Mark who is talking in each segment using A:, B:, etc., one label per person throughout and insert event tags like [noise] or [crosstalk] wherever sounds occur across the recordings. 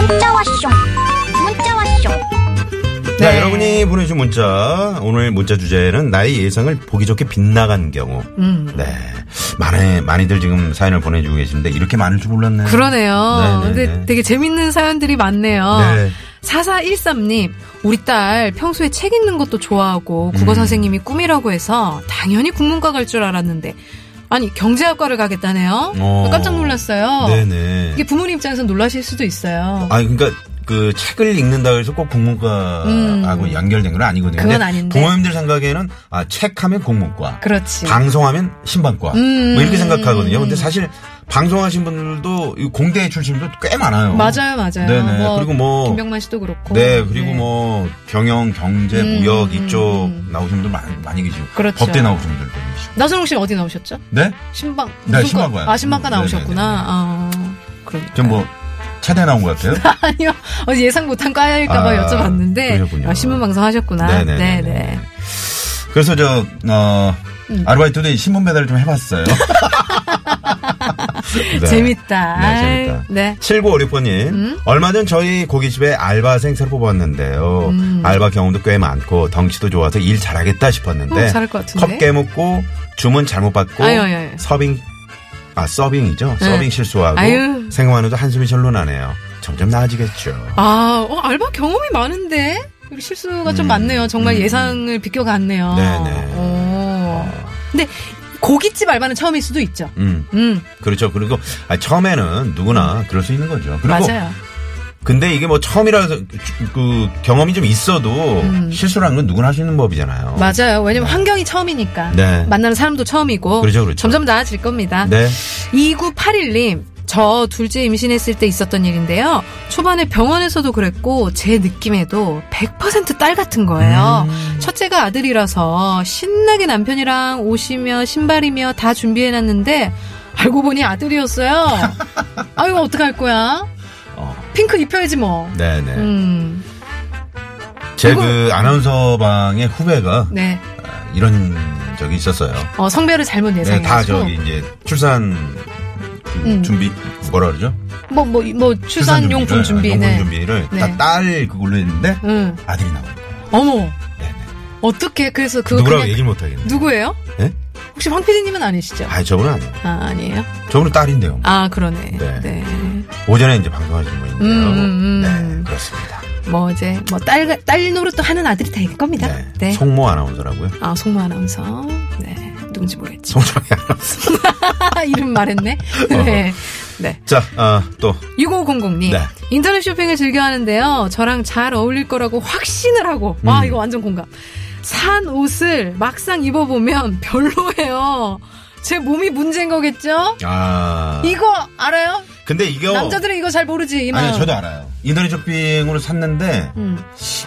A: 문자 왔쇼 문자 왔쇼
B: 자,
C: 네.
B: 여러분이 보내주신 문자. 오늘 문자 주제는 나의 예상을 보기 좋게 빗나간 경우.
C: 음.
B: 네. 많이, 많이들 지금 사연을 보내주고 계신데, 이렇게 많을 줄 몰랐네요.
C: 그러네요.
B: 음. 네네네.
C: 근데 되게 재밌는 사연들이 많네요.
B: 네.
C: 4413님, 우리 딸 평소에 책 읽는 것도 좋아하고 국어
B: 음.
C: 선생님이 꿈이라고 해서 당연히 국문과 갈 줄 알았는데, 아니, 경제학과를 가겠다네요?
B: 어.
C: 깜짝 놀랐어요.
B: 네네.
C: 이게 부모님 입장에서 놀라실 수도 있어요.
B: 아 그러니까 그 책을 읽는다 해서 꼭 국문과하고
C: 음.
B: 연결된 건 아니거든요.
C: 그건
B: 근데
C: 아닌데.
B: 부모님들 생각에는 아, 책하면 국문과.
C: 그렇지.
B: 방송하면 신방과.
C: 음.
B: 뭐 이렇게 생각하거든요. 근데 사실 방송하신 분들도 이 공대 출신도 꽤 많아요.
C: 맞아요, 맞아요.
B: 네네.
C: 뭐
B: 그리고 뭐
C: 김병만 씨도 그렇고.
B: 네, 그리고
C: 네.
B: 뭐 경영, 경제,
C: 음,
B: 무역
C: 음,
B: 이쪽
C: 음.
B: 나오신 분들 많이, 많이 계시고
C: 그렇죠.
B: 법대 나오신 분들 계시고
C: 나선홍 씨는 어디 나오셨죠?
B: 네?
C: 신방.
B: 네,
C: 무슨
B: 신방과요.
C: 과? 아, 신방과
B: 음,
C: 나오셨구나. 아, 그러니까.
B: 좀 뭐 차대 나온 것 같아요.
C: [laughs] 아니요. 어제 예상 못한 과일까봐
B: 아,
C: 여쭤봤는데.
B: 그러셨군요.
C: 아, 신문방송 하셨구나.
B: 네네네.
C: 네네.
B: 그래서 저 어,
C: 음.
B: 아르바이트도 이 신문 배달을 좀
C: [laughs]
B: 해봤어요. 네.
C: 재밌다. 음?
B: 네, 재밌다.
C: 네.
B: 7956번님, 얼마 전 저희 고깃집에 알바생 새로 뽑았는데요.
C: 음.
B: 알바 경험도 꽤 많고, 덩치도 좋아서 일 잘하겠다 싶었는데,
C: 어, 잘할 것 같은데?
B: 네. 컵 깨먹고, 주문 잘못 받고,
C: 아유, 아유, 아유.
B: 서빙, 아, 서빙이죠?
C: 네.
B: 서빙 실수하고,
C: 아유.
B: 생각만 해도 한숨이 절로 나네요. 점점 나아지겠죠.
C: 아, 어, 알바 경험이 많은데? 우리 실수가 좀 많네요. 정말 예상을 비껴갔네요.
B: 음, 네네.
C: 오. 근데 고깃집 알바는 처음일 수도 있죠.
B: 음,
C: 음,
B: 그렇죠. 그리고, 아, 처음에는 누구나 그럴 수 있는 거죠. 그리고
C: 맞아요.
B: 근데 이게 뭐 처음이라서 그- 그 경험이 좀 있어도 실수라는 건 누구나 할 수 있는 법이잖아요.
C: 음. 맞아요. 왜냐면 환경이 처음이니까.
B: 어. 네.
C: 만나는 사람도 처음이고.
B: 그렇죠, 그렇죠.
C: 점점 나아질 겁니다.
B: 네.
C: 2981님, 저 둘째 임신했을 때 있었던 일인데요. 초반에 병원에서도 그랬고, 제 느낌에도 100%딸 같은 거예요.
B: 음.
C: 첫째가 아들이라서 신나게 남편이랑 옷이며 신발이며 다 준비해놨는데, 알고
B: [laughs]
C: 보니 아들이었어요. 아, 이거 어떡할 거야?
B: 어,
C: 핑크 입혀야지 뭐.
B: 네네.
C: 음,
B: 제
C: 그리고-
B: 그 아나운서 방의 후배가
C: 네.
B: 아, 이런 적이 있었어요.
C: 어, 성별을 잘못
B: 네, 다
C: 예상해가지고.
B: 저기 이제 출산 그
C: 음.
B: 준비 뭐라 그러죠?
C: 뭐, 뭐, 뭐, 출산용품 준비.
B: 준비를, 아,
C: 네.
B: 용품 준비를
C: 네.
B: 다 딸 그걸로 했는데
C: 응.
B: 아들이 나오는 거예요.
C: 어머,
B: 네네.
C: 어떻게, 그래서 그거.
B: 누구라고
C: 그냥-
B: 얘기를 못 하겠네.
C: 누구예요?
B: 예?
C: 혹시 황 PD님은 아니시죠?
B: 아, 저분은 아니에요.
C: 아, 아니에요?
B: 저분은 딸인데요.
C: 아, 그러네.
B: 네.
C: 네.
B: 오전에 이제 방송하시는 분인데요.
C: 음, 음, 음.
B: 네, 그렇습니다.
C: 뭐, 이제, 뭐, 딸, 딸 노릇도 하는 아들이 될 겁니다.
B: 네.
C: 네.
B: 송모 아나운서라고요.
C: 아, 송모 아나운서. 네. 누군지 모르겠지.
B: 송정희 아나운서.
C: [laughs] 이름 말했네. 네. 네.
B: 자, 아, 또
C: 6500님.
B: 어. 네.
C: 인터넷 쇼핑을 즐겨 하는데요. 저랑 잘 어울릴 거라고 확신을 하고. 와,
B: 음.
C: 이거 완전 공감. 산 옷을 막상 입어보면 별로예요. 제 몸이 문제인 거겠죠?
B: 아.
C: 이거 알아요?
B: 근데 이거
C: 남자들은 이거 잘 모르지, 이마.
B: 어. 아니요, 저도 알아요. 인터넷 쇼핑으로 샀는데
C: 음.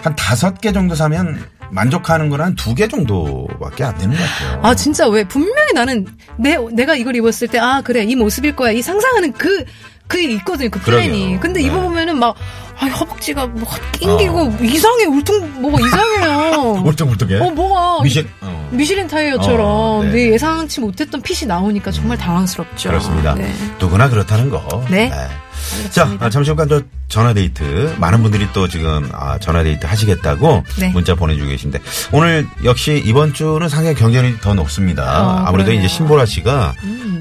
B: 한 다섯 개 정도 사면 만족하는 건 한 두 개 정도밖에 안 되는 것 같아요.
C: 아 진짜 왜 분명히 나는 내 내가 이걸 입었을 때 아 그래 이 모습일 거야 이 상상하는 그 그 있거든요 그
B: 그러게요.
C: 플랜이 근데
B: 네.
C: 입어보면은 막 아, 허벅지가 뭐 낑기고
B: 어.
C: 이상해 울퉁 뭐가 이상해요
B: [laughs] 울퉁불퉁해. 네?
C: 어 뭐가
B: 미식. 어.
C: 미슐린 타이어처럼
B: 어, 네.
C: 내 예상치 못했던 핏이 나오니까 정말 당황스럽죠
B: 그렇습니다.
C: 네.
B: 누구나 그렇다는 거.
C: 네.
B: 자, 아, 잠시 후간 저 전화데이트. 많은 분들이 또 지금 아, 전화데이트 하시겠다고
C: 네.
B: 문자 보내주고 계신데 오늘 역시 이번 주는 상해 경쟁이 더 높습니다.
C: 어,
B: 아무래도
C: 그러네요.
B: 이제 신보라 씨가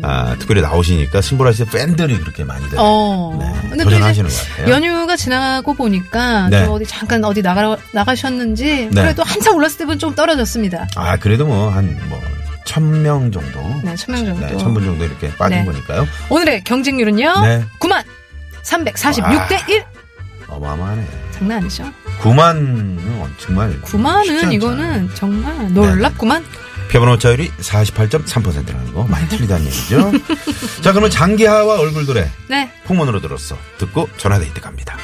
B: 아, 특별히 나오시니까 신보라 씨의 팬들이 그렇게 많이 돼요.
C: 어.
B: 네,
C: 근데 또 이제
B: 도전하시는 것 같아요.
C: 연휴가 지나고 보니까
B: 네.
C: 또 어디 잠깐 어디 나가 나가셨는지
B: 네.
C: 그래도 한참 올랐을 때는 좀 떨어졌습니다.
B: 아, 그래도 뭐, 한, 뭐, 천 명 정도.
C: 네, 천명 정도.
B: 네, 천분 정도 이렇게 빠진
C: 네. 어?
B: 거니까요.
C: 오늘의 경쟁률은요.
B: 네.
C: 9만 346
B: 와.
C: 대 1.
B: 어마어마하네.
C: 장난 아니죠.
B: 9만은 정말.
C: 9만은
B: 쉽지
C: 이거는 정말 놀랍구만.
B: 않잖아요. 표본 오차율이 48.3%라는 거 많이 틀리다는 얘기죠. 자, 그러면 장기하와 얼굴 노래
C: 네.
B: 풍문으로 들었어. 듣고 전화데이트 갑니다.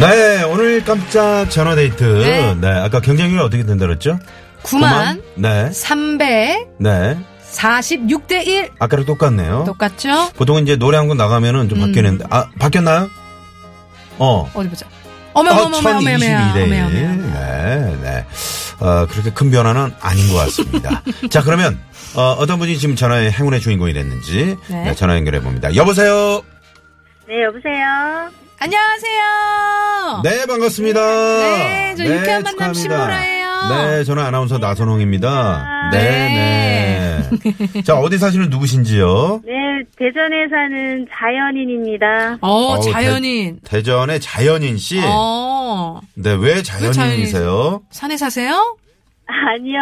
B: 네, 오늘 깜짝 전화 데이트. 네,
C: 네.
B: 아까 경쟁률 어떻게 된다 그랬죠?
C: 9만
B: 네,
C: 346대
B: 네.
C: 1.
B: 아까랑 똑같네요.
C: 똑같죠?
B: 보통은 이제 노래 한 곡 나가면은 좀 바뀌는데, 아, 바뀌었나요? 어.
C: 어디 보자.
B: 아,
C: 어메어메어메어메
B: 1022대 1.
C: 어메어메.
B: 네, 네. 어, 그렇게 큰 변화는 아닌 것 같습니다. 자, 그러면, 어, 어떤 분이 지금 전화의 행운의 주인공이 됐는지,
C: 네.
B: 네, 전화 연결해 봅니다. 여보세요?
D: 네, 여보세요.
C: 안녕하세요.
B: 네, 반갑습니다.
C: 네, 저 유쾌한 만남
B: 축하합니다.
C: 신보라예요.
B: 네, 저는 아나운서 나선홍입니다. 네,
C: 네.
B: 네. 자, 어디 사시는 누구신지요?
D: 네, 대전에 사는 자연인입니다. [laughs]
C: 어,
B: 어우,
C: 자연인.
B: 대전의 자연인 씨.
C: 어.
B: 네, 왜 자연인이세요?
C: 자연인이세요? 산에 사세요?
D: 아니요.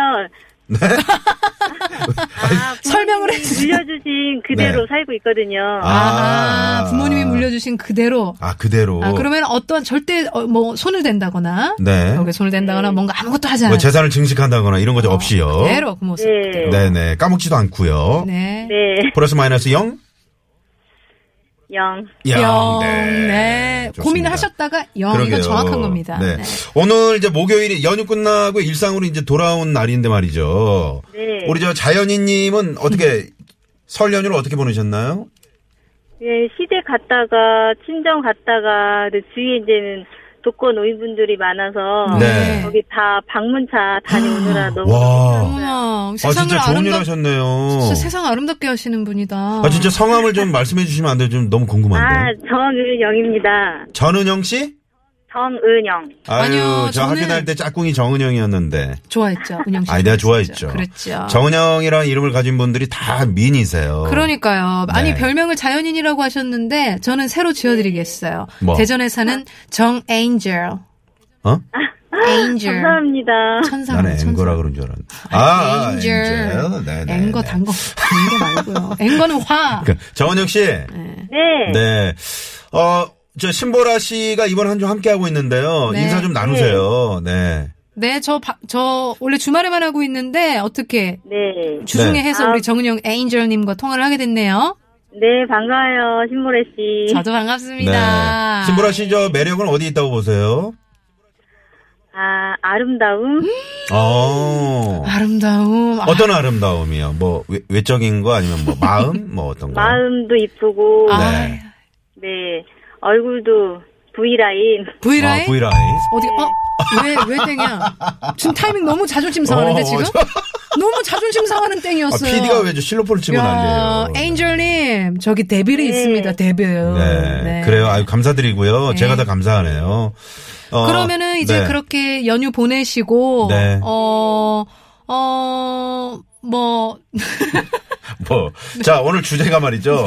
C: 설명을 해 주세요.
D: 물려주신 그대로
B: 네.
D: 살고 있거든요.
C: 아, 부모님이 물려주신 그대로.
B: 아, 그대로.
C: 아, 그러면 어떤 절대 어, 뭐 손을 댄다거나
B: 네.
C: 여기 손을 댄다거나 뭔가 아무것도 하지 않아요.
B: 뭐 재산을 증식한다거나 이런 거죠 없이요.
C: 그대로 그 모습.
D: 네.
C: 그대로.
B: 네, 네. 까먹지도 않고요.
C: 네.
D: 네,
B: 플러스 마이너스 0?
D: 영.
C: 영,
B: 네.
C: 네.
B: 좋습니다.
C: 고민을 하셨다가 영
B: 그러게요.
C: 이건 정확한 겁니다.
B: 네.
C: 네.
B: 오늘 이제 목요일이 연휴 끝나고 일상으로 이제 돌아온 날인데 말이죠.
D: 네.
B: 우리 저 자연이님은 어떻게
C: 음.
B: 설 연휴를 어떻게 보내셨나요?
D: 네, 시댁 갔다가, 친정 갔다가, 근데 주위에 이제는 독거 노인분들이 많아서,
B: 네. 아.
D: 거기 다 방문차 다녀오느라 너무.
B: 와.
C: 어머,
B: 아
C: 세상을
B: 진짜 좋은 일
C: 아름답
B: 하셨네요.
C: 진짜 세상 아름답게 하시는 분이다.
B: 아 진짜 성함을 좀 말씀해 주시면 안 돼요? 좀 너무
D: 아,
B: 궁금한데.
D: 정은영입니다.
B: 전은영 씨?
D: 정은영.
B: 아유,
C: 아니요,
B: 저 학교
C: 저는-
B: 다닐 때 짝꿍이 정은영이었는데.
C: 좋아했죠, 은영 씨.
B: 아이, 내가
C: 그랬죠.
B: 좋아했죠.
C: 그랬죠.
B: 정은영이라는 이름을 가진 분들이 다 미인이세요.
C: 그러니까요. 아니
B: 네.
C: 별명을 자연인이라고 하셨는데 저는 새로 지어드리겠어요.
B: 뭐?
C: 대전에 사는 정 엔젤.
B: 어?
C: 엔젤.
D: [laughs] 감사합니다.
C: 천사.
B: 나는 앵거라 그런 줄 알았는데. 아, 아,
C: 엔젤.
B: 네, 네,
C: 앵거
B: 네.
C: 단거 앵거 말고요.
B: [laughs]
C: 앵거는 화.
B: 그, 정은영 씨.
D: 네.
B: 네. 어, 저 신보라 씨가 이번 한 주 함께하고 있는데요.
C: 네.
B: 인사 좀 나누세요. 네.
C: 네, 저 저 원래 주말에만 하고 있는데 어떻게
D: 네.
C: 주중에 해서
D: 아.
C: 우리 정은영 엔젤님과 통화를 하게 됐네요.
D: 네, 반가워요, 신모래 씨.
C: 저도 반갑습니다.
B: 네. 신보라 씨 저 매력은 어디 있다고 보세요?
D: 아, 아름다움?
B: 어.
C: 아름다움. 아,
B: 어떤 아름다움이요? 뭐 외, 외적인 거 아니면 뭐 마음 뭐 어떤 거?
D: 마음도 이쁘고,
C: 아,
B: 네.
D: 네. 얼굴도 V라인.
C: 브이라인.
B: 아, V라인.
C: 어디 어? 왜, 왜 땡이야? 지금 타이밍 너무 자존심 상하는데
B: 어,
C: 지금?
B: 저-
C: 너무 자존심 상하는
B: 아,
C: 땡이었어요. 어,
B: PD가 왜 저 실로폰을 치고
C: 야,
B: 난리예요?
C: 엔젤님 저기 데뷔를 있습니다. 데뷔.
B: 네. 그래요. 아유, 감사드리고요.
C: 네.
B: 제가 다 감사하네요. 어,
C: 그러면은 이제
B: 네.
C: 그렇게 연휴 보내시고
B: 네.
C: 어 어, 뭐,
B: 뭐.
C: 네.
B: 자, 오늘 주제가
C: [laughs]
B: 말이죠.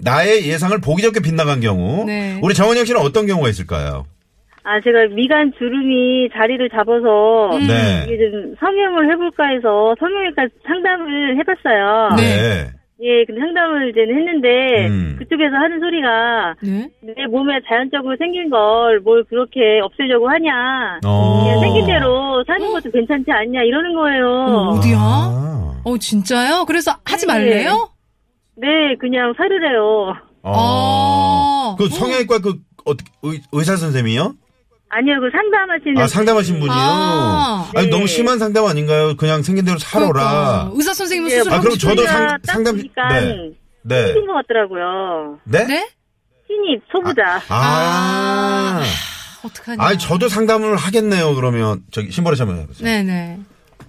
B: 나의 예상을 보기 좋게 빗나간 경우.
C: 네.
B: 우리 정원영 씨는 어떤 경우가 있을까요?
D: 아, 제가 미간 주름이 자리를 잡아서,
C: 음.
B: 네.
D: 이게 좀 성형을 해볼까 해서 성형외과 상담을 해봤어요.
C: 네.
D: 예, 근데 상담을 이제 는 했는데,
B: 음.
D: 그쪽에서 하는 소리가,
C: 네?
D: 내 몸에 자연적으로 생긴 걸 뭘 그렇게 없애려고 하냐.
B: 어.
D: 그냥 생긴 대로 사는 것도 괜찮지 않냐, 이러는
C: 어,
D: 거예요.
C: 어디야?
B: 아.
C: 어, 진짜요? 그래서 하지
D: 네.
C: 말래요?
D: 네, 그냥 사르래요.
B: 어.
C: 어.
B: 그 성형외과 그 어떻게 의, 의사 선생님이요?
D: 아니요, 그 상담하시는.
B: 아, 상담하신 분이요.
C: 네. 아.
B: 아니
D: 네.
B: 너무 심한 상담 아닌가요? 그냥 생긴 대로 살아라.
C: 그러니까. 의사 선생님은
D: 예,
C: 수술하고
B: 아, 그럼 저도
C: 싶은데.
B: 상-
D: 딱
B: 상담-
D: 보니까
B: 네. 네.
D: 신인 것 같더라고요.
B: 네?
C: 네?
D: 신입 초보자.
B: 아.
C: 아. 어떡하냐.
B: 아니 저도 상담을 하겠네요. 그러면 저기 신보라 씨 한번 해 보세요.
C: 네네.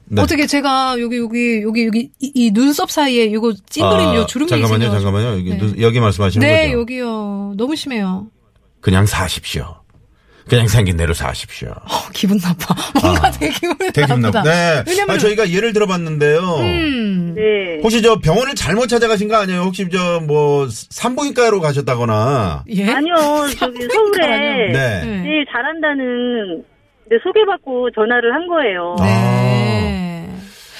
B: 네.
C: 어떻게 제가 여기 여기 여기 여기 이, 이 눈썹 사이에 이거 찡그린 요 주름이
B: 아, 잠깐만요,
C: 있어요.
B: 잠깐만요. 여기,
C: 네.
B: 눈- 여기 말씀하시는
C: 네,
B: 거죠?
C: 여기요. 너무 심해요.
B: 그냥 사십시오. 그냥 생긴 대로 사십시오.
C: 어, 기분 나빠. [laughs] 뭔가 되게 기분
B: 아, 되게
C: 나쁘다.
B: 나쁘다. 네.
C: 왜냐면
B: 아, 저희가 예를 들어봤는데요.
C: 음.
D: 네.
B: 혹시 저 병원을 잘못 찾아가신 거 아니에요? 혹시 저 뭐 산부인과로 가셨다거나.
C: 예.
D: 아니요, 저기
C: 아니요.
D: 서울에
B: 네.
C: 네.
D: 제일 잘한다는 네, 소개받고 전화를 한 거예요.
B: 아.
C: 네.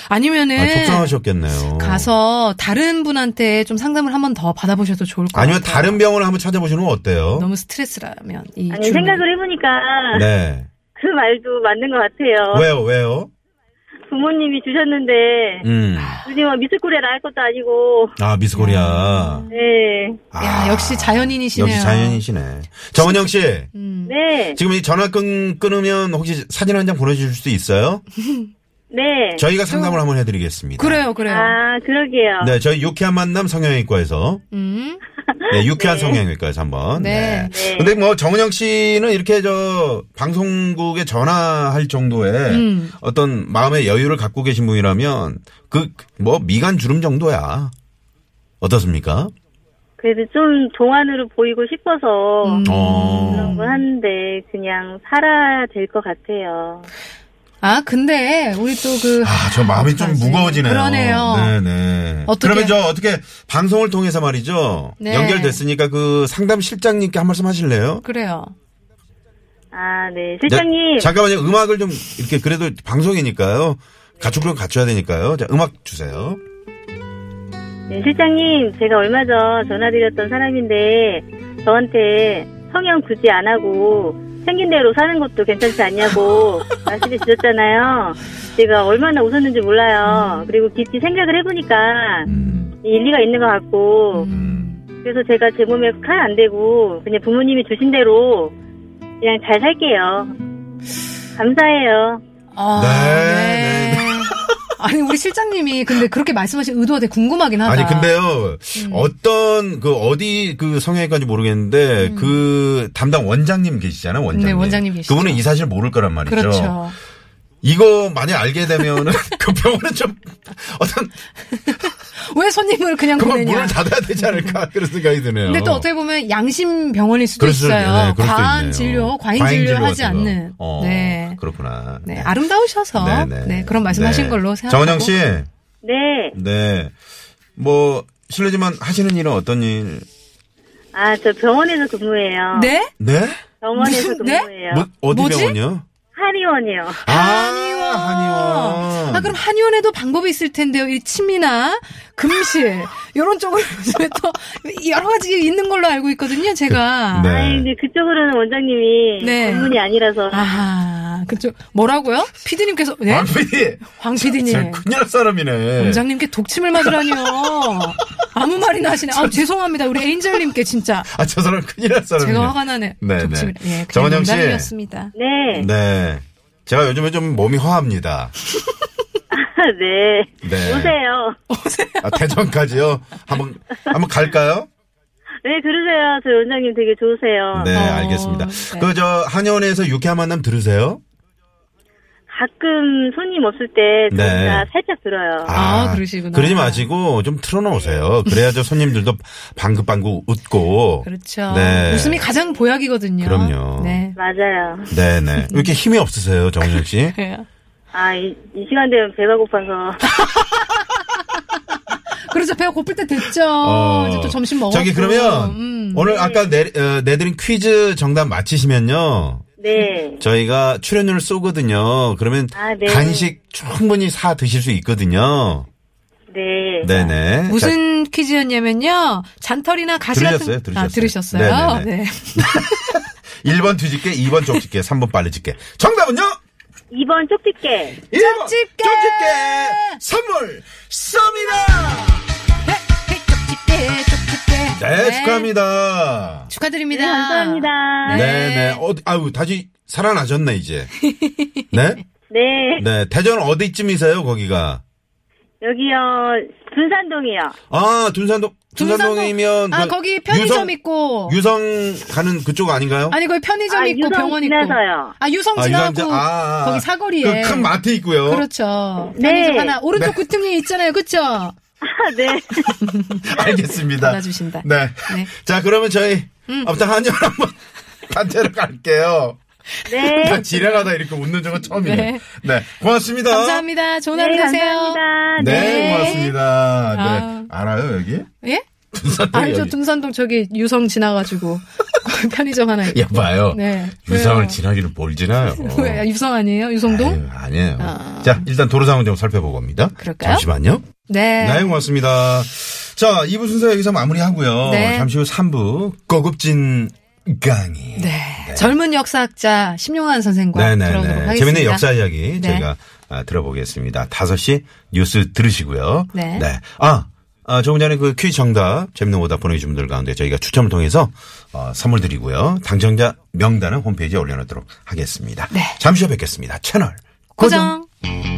C: 아니면은
B: 아, 속상하셨겠네요.
C: 네. 가서 다른 분한테 좀 상담을 한 번 더 받아보셔도 좋을 것
B: 아니면
C: 같아요.
B: 다른 병원을 한번 찾아보시는 건 어때요?
C: 너무 스트레스라면 이
D: 아니,
C: 주름.
D: 생각을 해보니까
B: 네.
C: 어.
D: 그 말도 맞는 것 같아요.
B: 왜요, 왜요?
D: 부모님이 주셨는데
B: 음.
D: 요즘 뭐 미스코리아 나갈 것도 아니고
B: 아, 미스 코리아. 아.
D: 네.
C: 야, 아, 역시 자연인이시네요.
B: 역시 자연이시네. 정은영 씨.
C: 음.
D: 네.
B: 지금 이 전화 끊, 끊으면 혹시 사진 한 장 보내주실 수 있어요?
D: 네.
B: 저희가 상담을 한번 해드리겠습니다.
C: 그래요, 그래요.
D: 아, 그러게요.
B: 네, 저희 유쾌한 만남 성형외과에서.
C: 음.
B: 네, 유쾌한 성형외과에서 한번. 네.
C: 네.
D: 네.
B: 근데 뭐 정은영 씨는 이렇게 저 방송국에 전화할 정도의
C: 음.
B: 어떤 마음의 여유를 갖고 계신 분이라면 그 뭐 미간 주름 정도야. 어떻습니까?
D: 그래도 좀 동안으로 보이고 싶어서
B: 어.
D: 그런 건 하는데 그냥 살아야 될 것 같아요.
C: 아, 근데 우리 또 그
B: 아, 저 마음이 좀
C: 어떡하지?
B: 무거워지네요.
C: 그러네요.
B: 네네.
C: 어떻게-
B: 그러면 저 어떻게 방송을 통해서 말이죠.
C: 네.
B: 연결됐으니까 그 상담 실장님께 한 말씀 하실래요?
C: 그래요.
D: 아, 네. 실장님.
B: 네, 잠깐만요. 음악을 좀 이렇게 그래도 방송이니까요. 가축을 갖춰야 되니까요. 자, 음악 주세요.
D: 네, 실장님, 제가 얼마 전 전화드렸던 사람인데, 저한테 성형 굳이 안 하고, 생긴 대로 사는 것도 괜찮지 않냐고 말씀해 주셨잖아요. 제가 얼마나 웃었는지 몰라요. 그리고 깊이 생각을 해보니까
B: 음,
D: 일리가 있는 것 같고,
B: 음.
D: 그래서 제가 제 몸에 칼 안 대고, 그냥 부모님이 주신 대로 그냥 잘 살게요. 감사해요.
C: 아,
B: 네,
C: [laughs] 아니, 우리 실장님이 근데 그렇게 말씀하신 의도가 되게 궁금하긴 하다. 음.
B: 아니 근데요 어떤 그 어디 그 성형외과인지 모르겠는데 그 담당 원장님 계시잖아요 원장님.
C: 음. 네, 원장님 계시죠.
B: 그분은 이 사실 모를 거란 말이죠.
C: 그렇죠.
B: 이거 만약 알게 되면은 [laughs] 그 병원은 좀 어떤
C: 왜 손님을 그냥
B: 그만
C: 보내냐? 음.
B: 문을 닫아야 되지 않을까 그런 생각이 드네요.
C: 근데 또 어떻게 보면 양심 병원일 수도
B: 그럴 수도 있-
C: 있어요.
B: 네, 그럴 수도
C: 과한
B: 있네요.
C: 진료, 과잉,
B: 진료
C: 진료하지
B: 같은 거.
C: 않는.
B: 어,
C: 네.
B: 그렇구나.
C: 네, 아름다우셔서 네, 그런 말씀하신
B: 네.
C: 걸로 생각하고.
B: 정은영 씨,
D: 네.
B: 네. 뭐 실례지만 하시는 일은 어떤 일?
D: 아, 저 병원에서 근무해요.
C: 네?
B: 네?
D: 병원에서
C: 무슨- [laughs] 네?
D: 근무해요.
B: 뭐, 어디
C: 뭐지?
B: 병원요?
D: 한의원이요.
B: 아, 한의원.
C: 아, 그럼 한의원에도 방법이 있을 텐데요. 이 침이나 금실, 이런 쪽으로 [laughs] 요즘에 또 여러 가지 있는 걸로 알고 있거든요, 제가.
B: 네.
D: 아니, 근데 그쪽으로는 원장님이
C: 네.
D: 전문이 아니라서.
C: 아하, 그쪽, 뭐라고요? 피디님께서, 네?
B: 왕 PD.
C: 황 피디님.
B: 아, 큰일 날 사람이네.
C: 원장님께 독침을 맞으라니요. 아무 말이나 하시네. 아, 죄송합니다. 우리 에인절님께 진짜.
B: 아, 저 사람 큰일 날 사람이네.
C: 제가 화가 나네.
B: 네,
C: 독침을.
B: 네.
C: 예, 그냥
B: 정은영 씨.
C: 농담이었습니다.
D: 네.
B: 네. 제가 요즘에 좀 몸이 허합니다.
D: [laughs] 네.
B: 네.
D: 오세요.
B: 아, 대전까지요? 한번, 한번 갈까요?
D: 네, 그러세요. 저희 원장님 되게 좋으세요.
B: 네,
C: 어,
B: 알겠습니다.
C: 네.
B: 그, 저, 한의원에서 유쾌한 만남 들으세요?
D: 가끔 손님 없을 때
B: 네.
D: 제가 살짝 들어요.
C: 아, 그러시구나.
B: 그러지 마시고 좀 틀어놓으세요. 그래야 저 손님들도 방긋방긋 웃고.
C: 그렇죠.
B: 네.
C: 웃음이 가장 보약이거든요.
B: 그럼요.
C: 네.
D: 맞아요.
B: 네네. 왜 이렇게 힘이 없으세요, 정은영 씨?
D: 아, 이, 이 시간 되면
B: [laughs]
D: 배가 고파서.
C: 그래서 그렇죠. 배가 고플 때 됐죠.
B: 어.
C: 이제 또 점심 먹었고.
B: 저기 그러면
C: 음.
B: 오늘 아까 내, 어, 내드린 퀴즈 정답 맞히시면요.
D: 네.
B: 저희가 출연료를 쏘거든요. 그러면
D: 아, 네.
B: 간식 충분히 사 드실 수 있거든요.
D: 네.
B: 네네. 자,
C: 무슨 퀴즈였냐면요. 잔털이나 가시
B: 들으셨어요?
C: 같은 아,
B: 들으셨어요?
C: 들으셨어요.
B: 네네네.
C: 네.
B: 1번 뒤집게, 2번 쪽집게, 3번 빨래집게. 정답은요?
D: 2번 쪽집게.
B: 1번
C: 쪽집게!
B: 선물 쏩니다!
C: 쪽집게, 쪽집게.
B: 네, 축하합니다.
C: 축하드립니다.
D: 네, 감사합니다.
B: 네네. 어디, 아유, 다시 살아나셨네,
C: [laughs]
B: 이제. 네?
D: 네.
B: 네. 대전 어디쯤이세요, 거기가?
D: 여기요. 분산동이요. [laughs]
B: 아, 둔산동,
C: 둔산동.
B: 둔산동이면.
C: 아,
B: 그
C: 거기 편의점
B: 유성-
C: 있고.
B: 유성 가는 그쪽 아닌가요?
C: 아니, 거기 편의점
D: 아,
C: 있고
D: 유성
C: 병원 있고.
D: 지나서요.
C: 아, 유성 지나고.
B: 어? 유성자- 아, 아, 아.
C: 거기 사거리에.
B: 그큰 마트 있고요.
C: 그렇죠.
D: 네.
C: 편의점 하나. 오른쪽
B: 네.
C: 구퉁이 있잖아요. 그렇죠?
D: 아, 네.
B: [laughs] 알겠습니다.
C: 받아주신다.
B: 네.
C: 네.
B: [laughs]
C: 음.
B: 자, 그러면 저희 아무튼 한열 한번 [laughs] 단체로 갈게요.
C: [laughs]
D: 네.
B: 난 지랄하다 이렇게 웃는 적은 처음이에요. 네.
C: 네.
B: 고맙습니다.
C: 감사합니다. 좋은 하루
D: 네,
C: 되세요.
D: 감사합니다.
B: 네,
C: 네.
B: 고맙습니다. 네.
C: 아.
B: 알아요, 여기?
C: 예?
B: 둔산동
C: 알죠. 둔산동 저기 유성 지나가지고 [laughs] 거기 편의점 하나 있고.
B: 야, 봐요.
C: 네.
B: 유상을
C: 왜요?
B: 지나기를 뭘 지나요?
C: [laughs] 왜 유성 아니에요? 유성동?
B: 아유, 아니에요.
C: 아.
B: 자, 일단 도로 상황 좀 살펴보고 옵니다.
C: 그럴까요?
B: 잠시만요.
C: 네.
B: 네, 고맙습니다. 자, 2부 순서 여기서 마무리하고요.
C: 네.
B: 잠시 후 3부, 고급진 강의.
C: 네. 젊은 역사학자 심용환 선생과 들어보도록
B: 네네네.
C: 하겠습니다.
B: 재밌는 역사 이야기
C: 네.
B: 저희가 아, 들어보겠습니다. 5시 뉴스 들으시고요.
C: 네.
B: 아, 아, 조금 전에 그 퀴즈 정답, 재밌는 오답 보내주신 분들 가운데 저희가 추첨을 통해서 어, 선물 드리고요. 당첨자 명단은 홈페이지에 올려놓도록 하겠습니다.
C: 네.
B: 잠시 후에 뵙겠습니다. 채널
C: 고정.
B: 고정.